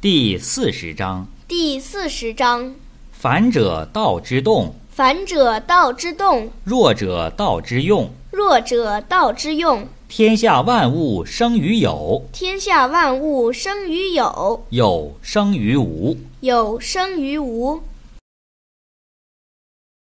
第四十章：第四十章：凡者道之动，凡者道之动，弱者道之用。弱者道之用。天下万物生于有，天下万物生于有，有生于无。有生于无。